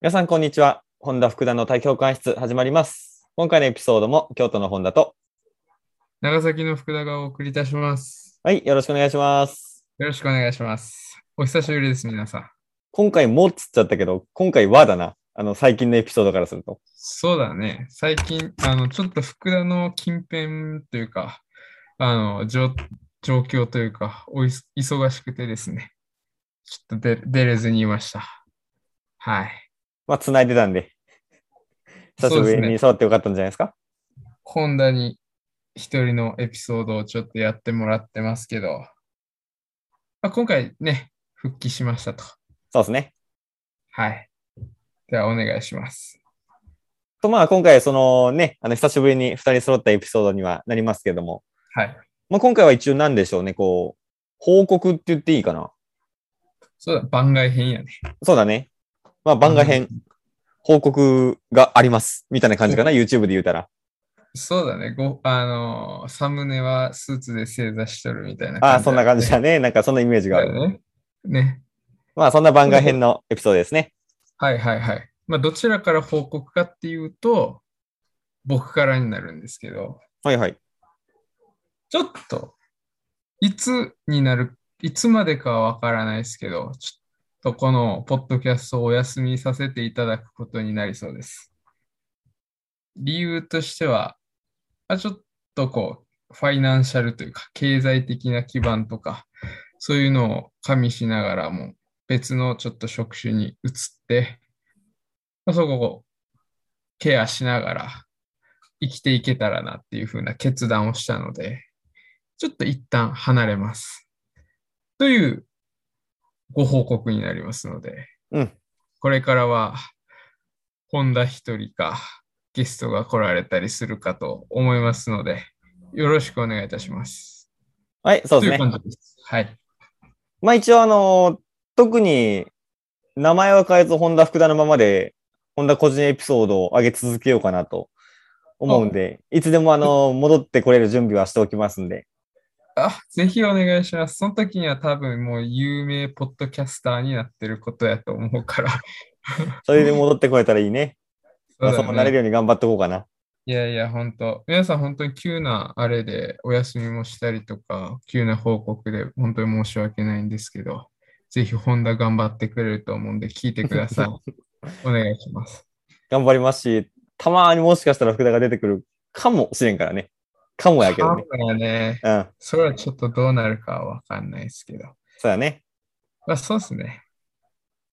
皆さん、こんにちは。本田福田の対局官室始まります。今回のエピソードも京都の本田と、長崎の福田がお送りいたします。はい、よろしくお願いします。よろしくお願いします。お久しぶりです、皆さん。今回もっつっちゃったけど、今回はだな。あの、最近のエピソードからすると。そうだね。最近、あの、ちょっと福田の近辺というか、あの、状状況というか、おいす忙しくてですね。ちょっと出出れずにいました。はい。まあ、繋いでたんで、久しぶそうりですにね触ってよかったんじゃないですか。本田に一人のエピソードをちょっとやってもらってますけど、まあ、今回ね、復帰しましたと。そうですね。はい。では、お願いします。と、まあ、今回、そのね、あの、久しぶりに二人揃ったエピソードにはなりますけども、はい。まあ、今回は一応何でしょうね、こう、報告って言っていいかな。そうだ、番外編やね。そうだね。まあ、番外編、報告があります。みたいな感じかな、YouTube で言うたら。そうだね。ご、あのーサムネはスーツで正座しとるみたいな ああ、感じそんな感じだ ね。なんかそんなイメージがあだる。よね。ね。まあそんな番外編のエピソードですね。はいはいはい。まあ、どちらから報告かっていうと、僕からになるんですけど、はいはい。ちょっと、いつになる、いつまでかはわからないですけど、ちょっとこのポッドキャストをお休みさせていただくことになりそうです。理由としては、あちょっとこう、ファイナンシャルというか、経済的な基盤とか、そういうのを加味しながらも、別のちょっと職種に移って、まあそこをケアしながら生きていけたらなっていうふうな決断をしたので、ちょっと一旦離れます。というご報告になりますので、うんこれからは本田一人かゲストが来られたりするかと思いますので、よろしくお願いいたします。はい、そうとですいう感ね。じです。はい。まあ一応あのー特に名前は変えず、本田福田のままで、本田個人エピソードを上げ続けようかなと思うんで、いつでもあのー戻ってこれる準備はしておきますんで。あ、ぜひお願いします。その時には多分もう有名ポッドキャスターになってることやと思うから。それで戻ってこれたらいいね。まあそそうだうねなれるように頑張っておこうかな。いやいや、本当。皆さん本当に急なあれでお休みもしたりとか、急な報告で本当に申し訳ないんですけど、ぜひ本田頑張ってくれると思うんで聞いてくだ さい。お願いします。頑張りますし、たまーにもしかしたら福田が出てくるかもしれんからね。かもやけどね。そうだね。うん。それはちょっとどうなるかはわかんないですけど。そうだね。まあ、そうですね。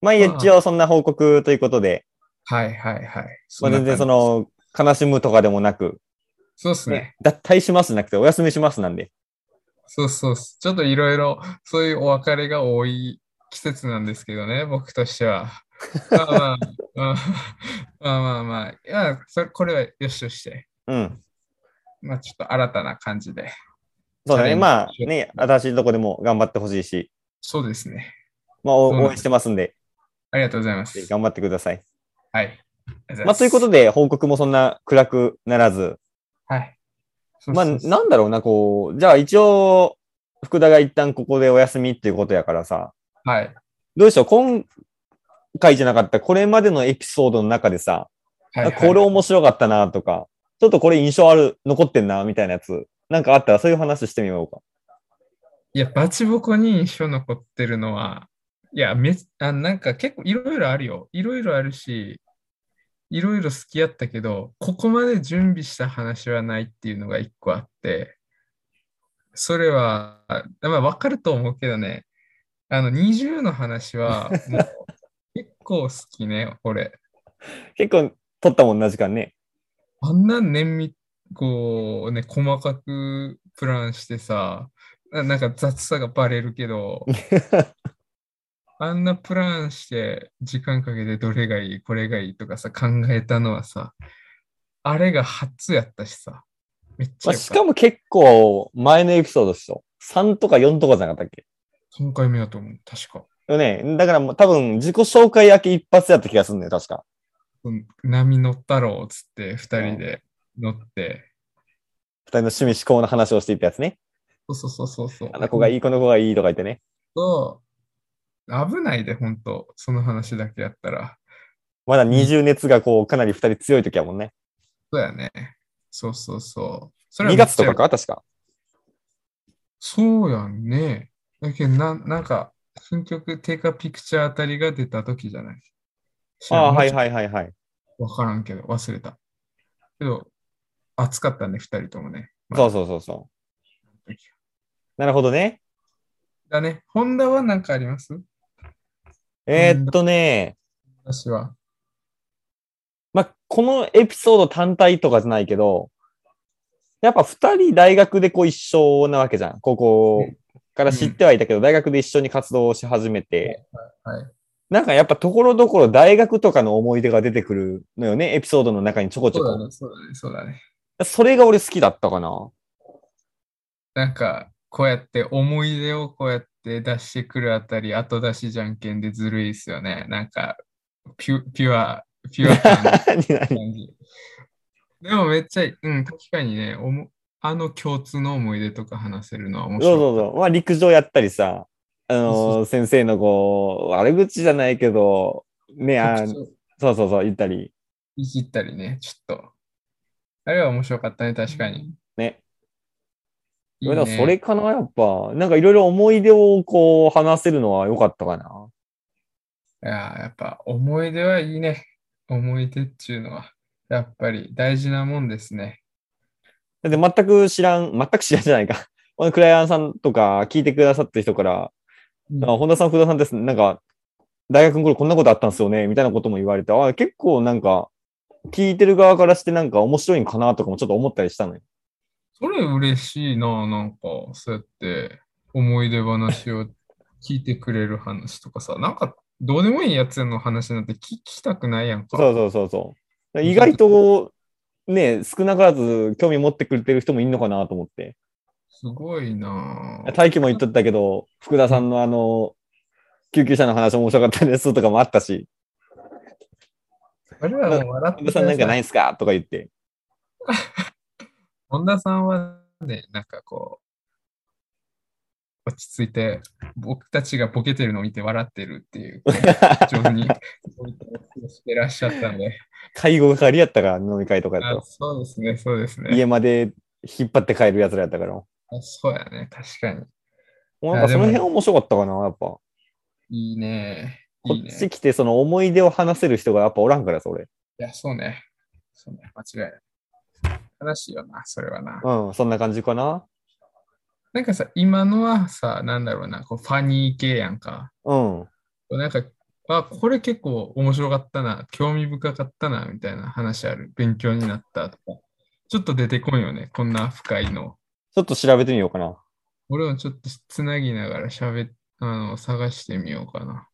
まあ一応そんな報告ということで、はいはいはい。まそあ、んな全然そ感じです。の、悲しむとかでもなく、そうですね。脱退しますじゃなくて、お休みしますなんで。そうそうっす。ちょっといろいろ、そういうお別れが多い季節なんですけどね、僕とし ては。まあまあ、まあまあまあまあ、いや、それ、これはよしとして、うん。まあちょっと新たな感じで。そうだね。チャレンジまあ、ね、新しいとこでも頑張ってほしいし、そうですね。まあ、おそうなんです応援してますんで、ありがとうございます。ぜひ頑張ってください。はい。ありがまあ、ということで。で、報告もそんな暗くならず、はい。そうまあ、そうそうなんだろうな、こう、じゃあ一応、福田が一旦ここでお休みっていうことやからさ、はい。どうでしょう、今回じゃなかった、これまでのエピソードの中でさ、はい、はい。これ面白かったなとか、ちょっとこれ印象ある、残ってんな、みたいなやつ、なんかあったらそういう話してみようか。いや、バチボコに印象残ってるのは、いや、めあなんか結構いろいろあるよ。いろいろあるし、いろいろ好きやったけど、ここまで準備した話はないっていうのが一個あって、それは、まあ、わかると思うけどね、あの、20の話は、もう結構好きね、俺。結構取ったもんな時間ね。あんな綿密、こうね、細かくプランしてさ、ななんか雑さがバレるけ ど、あんなプランして時間かけてどれがいい、これがいいとかさ、考えたのはさ、あれが初やったしさ、めっちまゃあ、良しかかっも結構前のエピソードでしょ。3とか4とかじゃなかったっけた。3回目だと思う、確か。よね。だからもう多分自己紹介明け一発やった気がするんだよ、確か。うん波乗ったろうっつって、2人で乗って、二人の趣味思考の話をしていったやつね。そうそうそうそうそう。あの子がいい、この子がいいとか言ってね。と、危ないで、本当その話だけやったら。まだ二重熱がこう、かなり二人強い時やもんね。そうやね。そうそうそう。そ2めっちゃ月とかか、確か。そうやんね。だけどな、なんか、新曲、テイカピクチャーあたりが出た時じゃない。ああ、はいい。はいはいはい。わからんけど、忘れた。けど、暑かったね、二人ともね。まあそうそうそうそう。なるほどね。だね。ホンダは何かありますえーっとね、私は。まあ、このエピソード単体とかじゃないけど、やっぱ二人大学でこう一緒なわけじゃん。高校から知ってはいたけど、大学で一緒に活動し始めて、はい。なんかやっぱところどころ大学とかの思い出が出てくるのよね、エピソードの中にちょこちそょうだこ。ね、そうだね、そうだね。それが俺好きだったか な。なんか、こうやって思い出をこうやって出してくるあたり、後出しじゃんけんでずるいですよね。なんか、ピュ、ピュア、ピュア 感が感じ。でもめっちゃいい、うん、確かにね、おもあの共通の思い出とか話せるのは面そう白い。そうそう。まあ陸上やったりさ、あそうそのー先生のこう、悪口じゃないけど、ね、あ特そう徴そうそう、言ったり。いじったりね、ちょっと。あれは面白かったね、確かに。ね。いいいやだからそねれ。かな、やっぱ。なんかいろいろ思い出をこう話せるのは良かったかな。いやー、やっぱ思い出はいいね。思い出っていうのは、やっぱり大事なもんですね。だって全く知らん、全く知らんじゃないか。 このクライアンさんとか聞いてくださった人から、うんあ本田さん、福田さんです。なんか、大学の頃こんなことあったんですよね、みたいなことも言われて、あ結構なんか、聞いてる側からしてなんか面白いんかなとかもちょっと思ったりしたのよ。それ嬉しいな、なんか、そうやって思い出話を聞いてくれる話とかさ、なんか、どうでもいいやつの話なんて聞聞きたくないやんか。そうそうそうそう。意外と、ね、少なからず興味持ってくれてる人もいるのかなと思って。すごいなぁ。大輝も言っとったけど、福田さんのあの、救急車の話面白かったですとかもあったし、あれはもう笑って。福田さんなんかないいんすかとか言って。本田さんはね、なんかこう、落ち着いて、僕たちがボケてるのを見て笑ってるっていう、非 常に、してらっしゃったんで。介護係やったから、飲み会とかやあっそうですね、そうですたら。ね。家まで引っ張って帰るやつらやったから。もあそうやね、確かに。うなんかいやでそもの辺面白かったかな、やっぱ。いいね。こいいっね。ち来てその思い出を話せる人がやっぱおらんからさ、俺。いや、そうね。そうね、間違いない。悲しいよな、それはな。うん、そんな感じかな。なんかさ、今のはさ、なんだろうな、こうファニー系やんか。うん。なんか、あ、これ結構面白かったな、興味深かったな、みたいな話ある。勉強になったとか。ちょっと出てこんよね、こんな深いの。ちょっと調べてみようかな。俺もちょっとつなぎながら喋っあの、探してみようかな。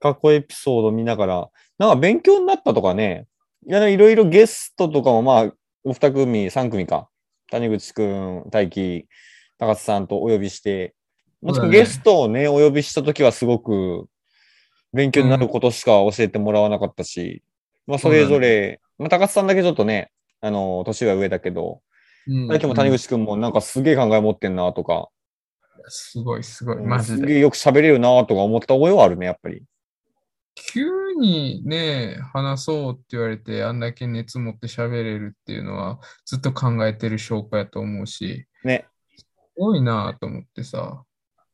過去エピソード見ながら、なんか勉強になったとかね、いやいろいろゲストとかもまあ、お二組、三組か、谷口くん、大輝、高津さんとお呼びして、もちろんそうだねゲストをね、お呼びしたときはすごく勉強になることしか教えてもらわなかったし、まあそれぞれ、まあ高津さんだけちょっとね、あの、年が上だけど、うん大輝も谷口くんもなんかすげえ考え持ってんなとか、すごい、すごい、うマんジすで。げえよく喋れるなとか思った覚えはあるね、やっぱり。急にね、話そうって言われて、あんだけ熱持って喋れるっていうのは、ずっと考えてる証拠やと思うし、ね。すごいなと思ってさ、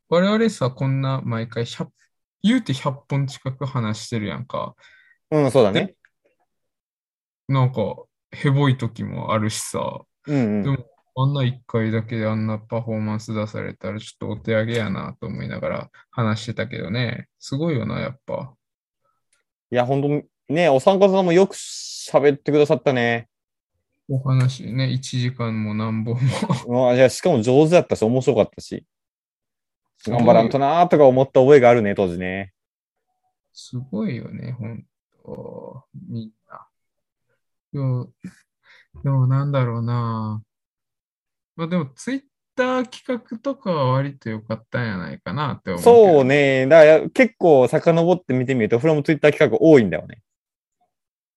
我々さ、こんな毎回100、言うて100本近く話してるやんか。うん、そうだね。なんか、ヘボい時もあるしさ、うん、うんで。もあんな1回だけであんなパフォーマンス出されたら、ちょっとお手上げやなと思いながら話してたけどね、すごいよな、やっぱ。いや、本当ね、お三方さんもよく喋ってくださったね。お話ね、1時間も何本も。うんいやしかも上手だったし、面白かったし、頑張らんとなーとか思った覚えがあるね、当時ね。すごいよね、ほんと、みんな。でも、でもなんだろうな。まあでも、ツイッター企画とかは割と良かったんやないかなって思うけど。そう。ね、だから結構遡って見てみると、フラムツイッター企画多いんだよね。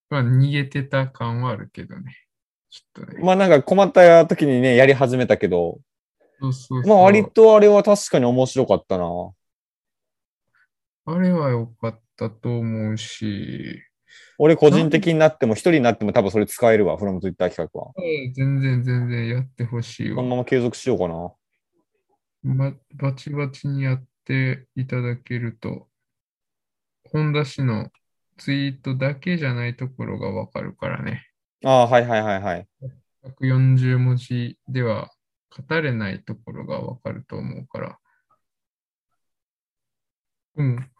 まあ逃げてた感はあるけどね。ちょっとね。まあなんか困った時にね、やり始めたけど、そうそうまあ割そう。とあれは確かに面白かったな。あれは良かったと思うし、俺個人的になっても、一人になっても多分それ使えるわ、フロム Twitter 企画は。ええ全然全然やってほしいこわの。まま継続しようかな。ばバチバチにやっていただけると、本田氏のツイートだけじゃないところがわかるからね。ああ、はいはいはいはい。 140文字では語れないところがわかると思うから。うん。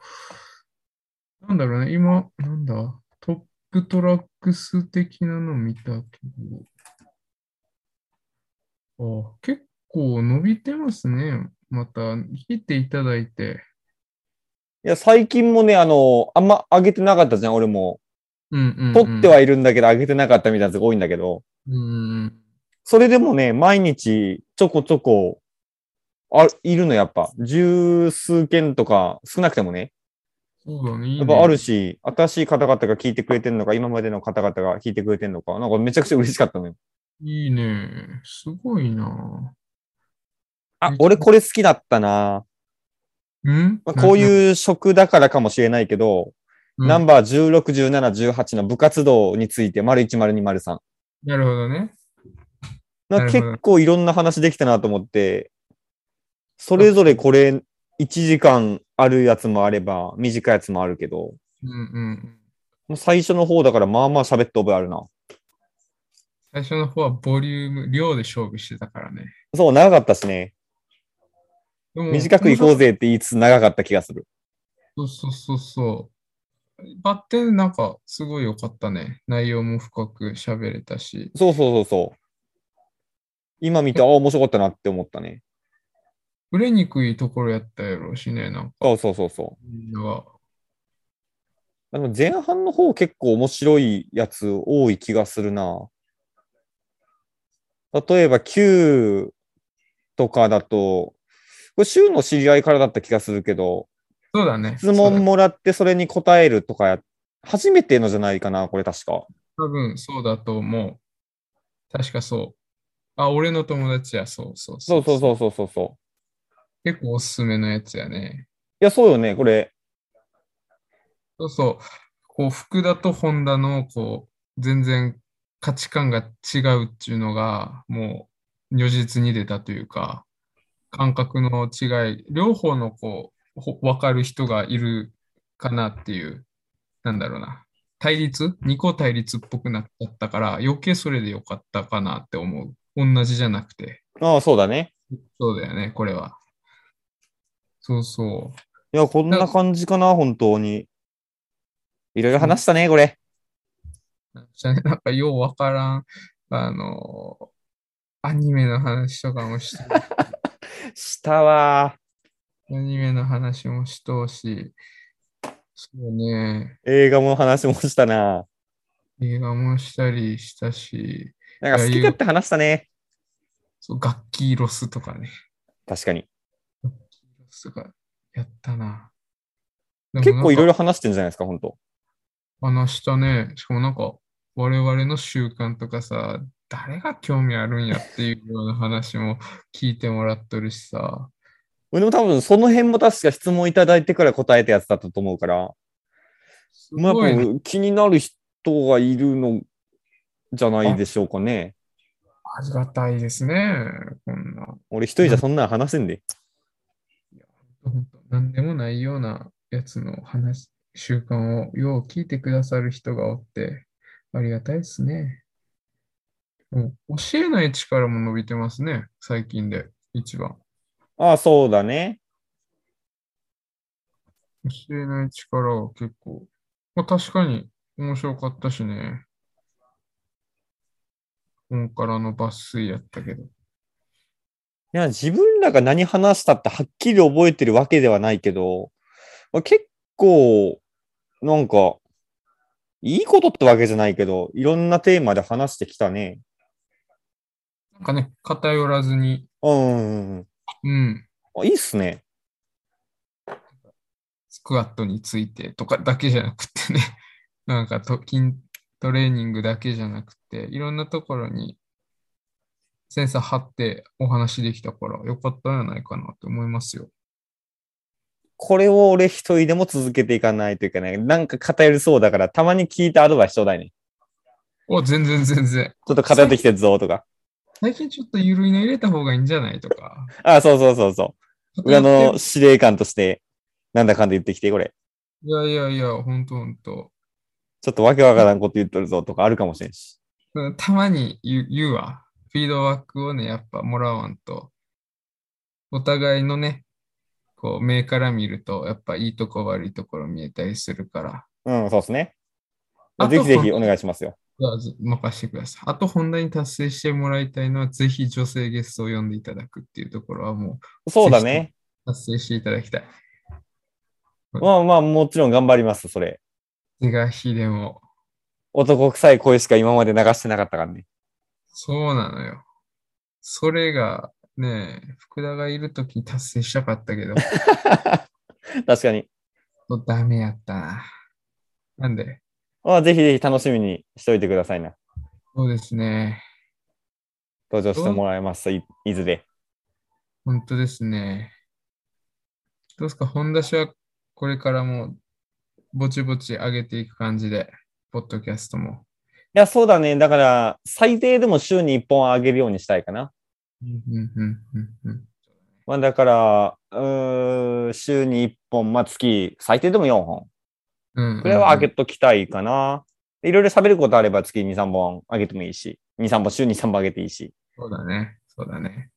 なんだろうね、今、なんだ、トップトラックス的なの見たけど。あ、結構伸びてますね。また、来ていただいて。いや、最近もね、あの、あんま上げてなかったじゃん、俺も。うんうん、うん。撮ってはいるんだけど、上げてなかったみたいなやつが多いんだけど、うんうん。それでもね、毎日ちょこちょこ、あ、いるの、やっぱ。十数件とか、少なくてもね。そうだね。いいやっねぱあるし、新しい方々が聞いてくれてるのか、今までの方々が聞いてくれてるのか、なんかめちゃくちゃ嬉しかったのよ。いいね。すごいな。あ、俺これ好きだったな。うんまあこういう職だからかもしれないけど、うんナンバー16、17、18の部活動について、丸1、丸2、丸3。なるほどね。ななるほど結構いろんな話できたなと思って、それぞれこれ1時間あるやつもあれば、短いやつもあるけど、うんうん。もう最初の方だからまあまあ喋った覚えあるな。最初の方はボリューム、量で勝負してたからね。そう、長かったしね。でも短く行こうぜって言いつつ長かった気がする。そうそうそうそう。バッテンなんかすごい良かったね。内容も深く喋れたし。そうそうそうそう。今見て、ああ、面白かったなって思ったね。売れにくいところやったやろうしね、なんか。そうそうそうそう。みんながあの前半の方結構面白いやつ多い気がするな。例えば9とかだと、これ週の知り合いからだった気がするけど、そうだね。質そうだ問もらってそれに答えるとかや、初めてのじゃないかな、これ確か。多分そうだと思う。確かそう。あ、俺の友達や、そうそうそそうそうそうそうそうそう。結構おすすめのやつやね。いや、そうよね、これ。そうそう。こう、福田と本田の、こう、全然価値観が違うっていうのが、もう、如実に出たというか、感覚の違い、両方の、こう、ほ分かる人がいるかなっていう、なんだろうな。対立二個対立っぽくなっちゃったから、余計それでよかったかなって思う。同じじゃなくて。ああ、そうだね。そうだよね、これは。そうそう。いや、こんな感じかな、本当に。いろいろ話したね、これ。なんかねなんかようわからん、あのーアニメの話とか もして、したわー。アニメの話もしとうし、そうね、映画も話もしたな。映画もしたりしたし、なんか好き勝手話したね。そう楽器ロスとかね、確かに。ロスとかやったな。でも結構いろいろろ話してんじゃないですか、本当話したね。しかもなんか、我々の習慣とかさ、誰が興味あるんやっていうような話も聞いてもらっとるしさ。俺も多分その辺も確か質問いただいてから答えたやつだったと思うから、すまあ、ごいやねっぱ気になる人がいるのじゃないでしょうかね。ありがたいですね。こんな。俺一人じゃそんなん話せんで。本当何でもないようなやつの話、習慣をよう聞いてくださる人がおって、ありがたいですね。うん教えない力も伸びてますね、最近で一番。ああ、そうだね。教えない力は結構、まあ、確かに面白かったしね。本からの抜粋やったけど。いや、自分らが何話したってはっきり覚えてるわけではないけど、まあ、結構、なんか、いいことってわけじゃないけど、いろんなテーマで話してきたね。なんかね、偏らずに、うんうんうんうん、あ。いいっすね。スクワットについてとかだけじゃなくてね、 なんかと筋トレーニングだけじゃなくて、いろんなところにセンサー張ってお話できたからよかったんじゃないかなと思いますよ。これを俺一人でも続けていかないといけない。なんか偏りそうだから、たまに聞いたアドバイスちょうだいね。お、全然全然。ちょっと偏ってきてるぞとか。最近ちょっとゆるいの入れた方がいいんじゃないとか。あ、そうそうそうそちょう。っとや裏っての司令官として、なんだかんだ言ってきて、これ。いやいやいや、ほんとほんと。ちょっとわけわからんこと言っとるぞとかあるかもしれんし。うんたまに言う言うわ。フィードバックをね、やっぱもらわんと。お互いのね、こう、目から見ると、やっぱいいとこ悪いところ見えたりするから。うん、そうですねあ。とぜひぜひこおの願いしますよ。じゃあず任せてください。あと、本題に達成してもらいたいのは、ぜひ女性ゲストを呼んでいただくっていうところはもそうだね。う達成していただきたい。まあまあ、もちろん頑張ります、それ。是が非でも。男臭い声しか今まで流してなかったからね。 そうなのよ。それがね、福田がいるときに達成したかったけど、 ち確かに。ょっとダメやったな。なんで、まあ、ぜひぜひ楽しみにしておいてくださいな。そうですね。登場してもらいます、いいずれ。本当ですね。どうですか、本田氏はこれからもぼちぼち上げていく感じで、ポッドキャストも。いや、そうだね。だから、最低でも週に1本は上げるようにしたいかな。うんうんうんうんまあ、だから、うーん、週に1本、まあ、月、最低でも4本。うんうん。これは上げときたいかな。いろいろ喋ることあれば月2、3本上げてもいいし、2、3本、週に3本上げていいし、そうだね。そうだね。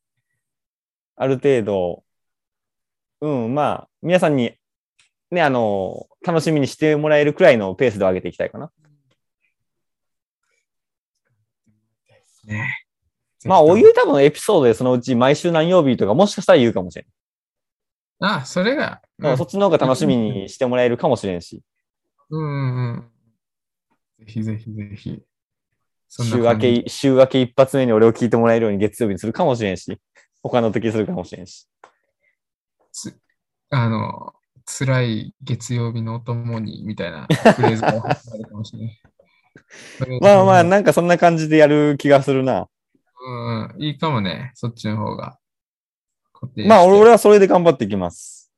ある程度、うん、まあ、皆さんに、ね、あの、楽しみにしてもらえるくらいのペースで上げていきたいかな。ねまあ、お湯多分エピソードでそのうち毎週何曜日とかもしかしたら言うかもしれん。あ、それが。だからそっちの方が楽しみにしてもらえるかもしれんし、うんうんうん。ぜひぜひぜひ。そ週んな明感じけ、週明け一発目に俺を聞いてもらえるように月曜日にするかもしれん し、他の時にするかもしれんし。あの、辛い月曜日のお供にみたいなフレーズがあるかもしれ ない。それまあまあ、なんかそんな感じでやる気がするな。うんうん、いいかもね、そっちの方が。固定してまあ、俺俺はそれで頑張っていきます。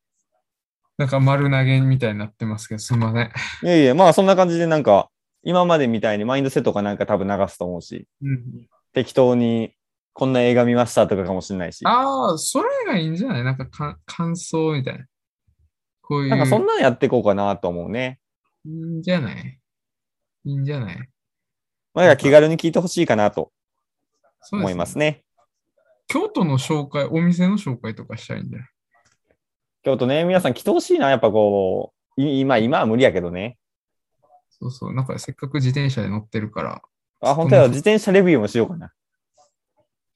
なんか丸投げみたいになってますけど、すんません。いやいや、まあそんな感じでなんか、今までみたいにマインドセットかなんか多分流すと思うし、うん、適当にこんな映画見ましたとかかもしれないし、ああ、それがいいんじゃないなんかか感想みたいな。こういう。なんかそんなんやっていこうかなと思うね。いいんじゃないいいんじゃないまあ、だから気軽に聞いてほしいかなとそうで思いますね。京都の紹介、お店の紹介とかしたいんじゃない京都ね、皆さん来てほしいな、やっぱこう、い今、今は無理やけどね。そうそう、なんかせっかく自転車で乗ってるから、あ、本当は自転車レビューもしようかな。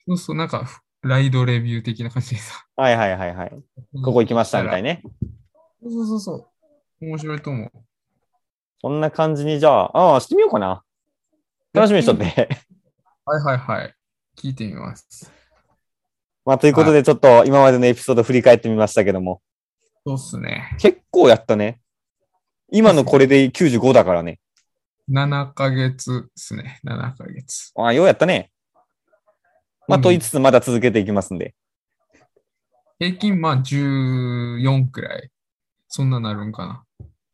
そうそう、なんかふライドレビュー的な感じでさ。はいはいはいはい。ここ行きましたみたいね。そうそうそうそう。面白いと思う。そんな感じに、じゃあ、ああ、してみようかな。楽しみにしとって。はいはいはい。聞いてみます。 まあ、ということで、ちょっと今までのエピソード振り返ってみましたけども、そうっすね。結構やったね。今のこれで95だからね。 7ヶ月っすね。7ヶ月。ああ、ようやったね。まあ、うんと言いつつまだ続けていきますんで。平均まあ14くらい。そんななるんかな。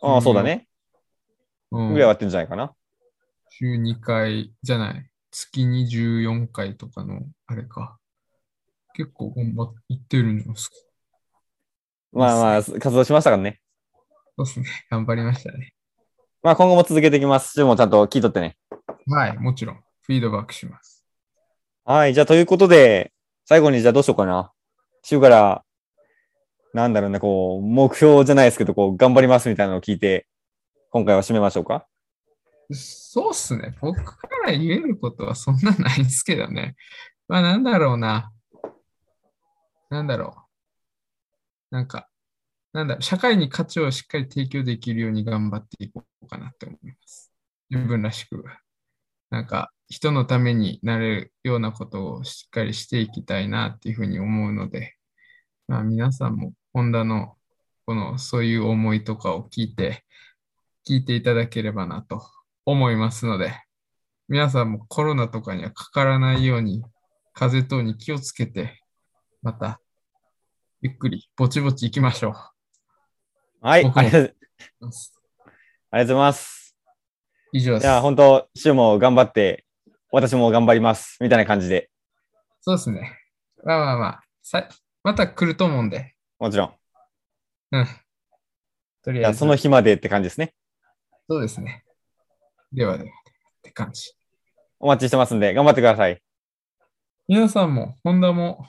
ああ、そうだね。うんぐらいはやってんじゃないかな。週2回じゃない。月に14回とかの、あれか。結構頑張ってるんじゃないですか。まあまあ、活動しましたからね。そうですね。頑張りましたね。まあ、今後も続けていきます。週もちゃんと聞いとってね。はい、もちろん。フィードバックします。はい、じゃあということで、最後にじゃあどうしようかな。週から、なんだろうね、こう、目標じゃないですけど、こう、頑張りますみたいなのを聞いて、今回は締めましょうか。そうっすね。僕から言えることはそんなないんですけどね。まあ、なんだろうな。なんだろう。なんか、なんだろう。社会に価値をしっかり提供できるように頑張っていこうかなって思います。自分らしく。なんか、人のためになれるようなことをしっかりしていきたいなっていうふうに思うので、まあ、皆さんも、ホンダの、この、そういう思いとかを聞いて、聞いていただければなと思いますので、皆さんもコロナとかにはかからないように、風邪等に気をつけて、また、ゆっくり、ぼちぼち行きましょう。はい、僕もありがとうありがとうございます。以上でいす。や、本当週も頑張って、私も頑張ります、みたいな感じで、そうですね。まあまあまあ、さまた来ると思うんで、もちろん。といりあえや、ず、その日までって感じですね。そうですね。ではでは、って感じ。お待ちしてますんで、頑張ってください。皆さんも、ホンダも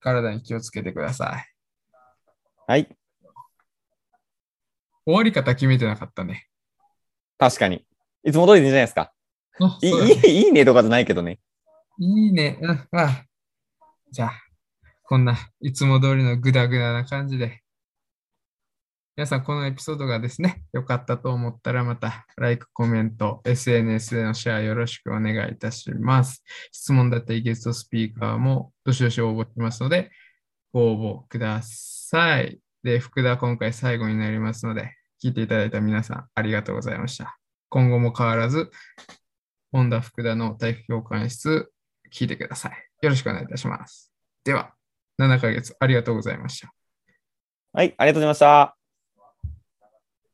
体に気をつけてください。はい、終わり方決めてなかったね。確かに。いつも通りでいいんじゃないですか。あいいそうだねいいいいねとかじゃないけどね。いいね。うん、まあ。じゃあ、こんないつも通りのグダグダな感じで。皆さん、このエピソードがですね、良かったと思ったら、また、LIKE、コメント、SNS でのシェアよろしくお願いいたします。質問だったり、ゲストスピーカーも、どしどし応募しますので、ご応募ください。で、福田、今回最後になりますので、聞いていただいた皆さん、ありがとうございました。今後も変わらず、本田福田の体育教官室、聞いてください。よろしくお願いいたします。では、7ヶ月ありがとうございました。はい、ありがとうございました。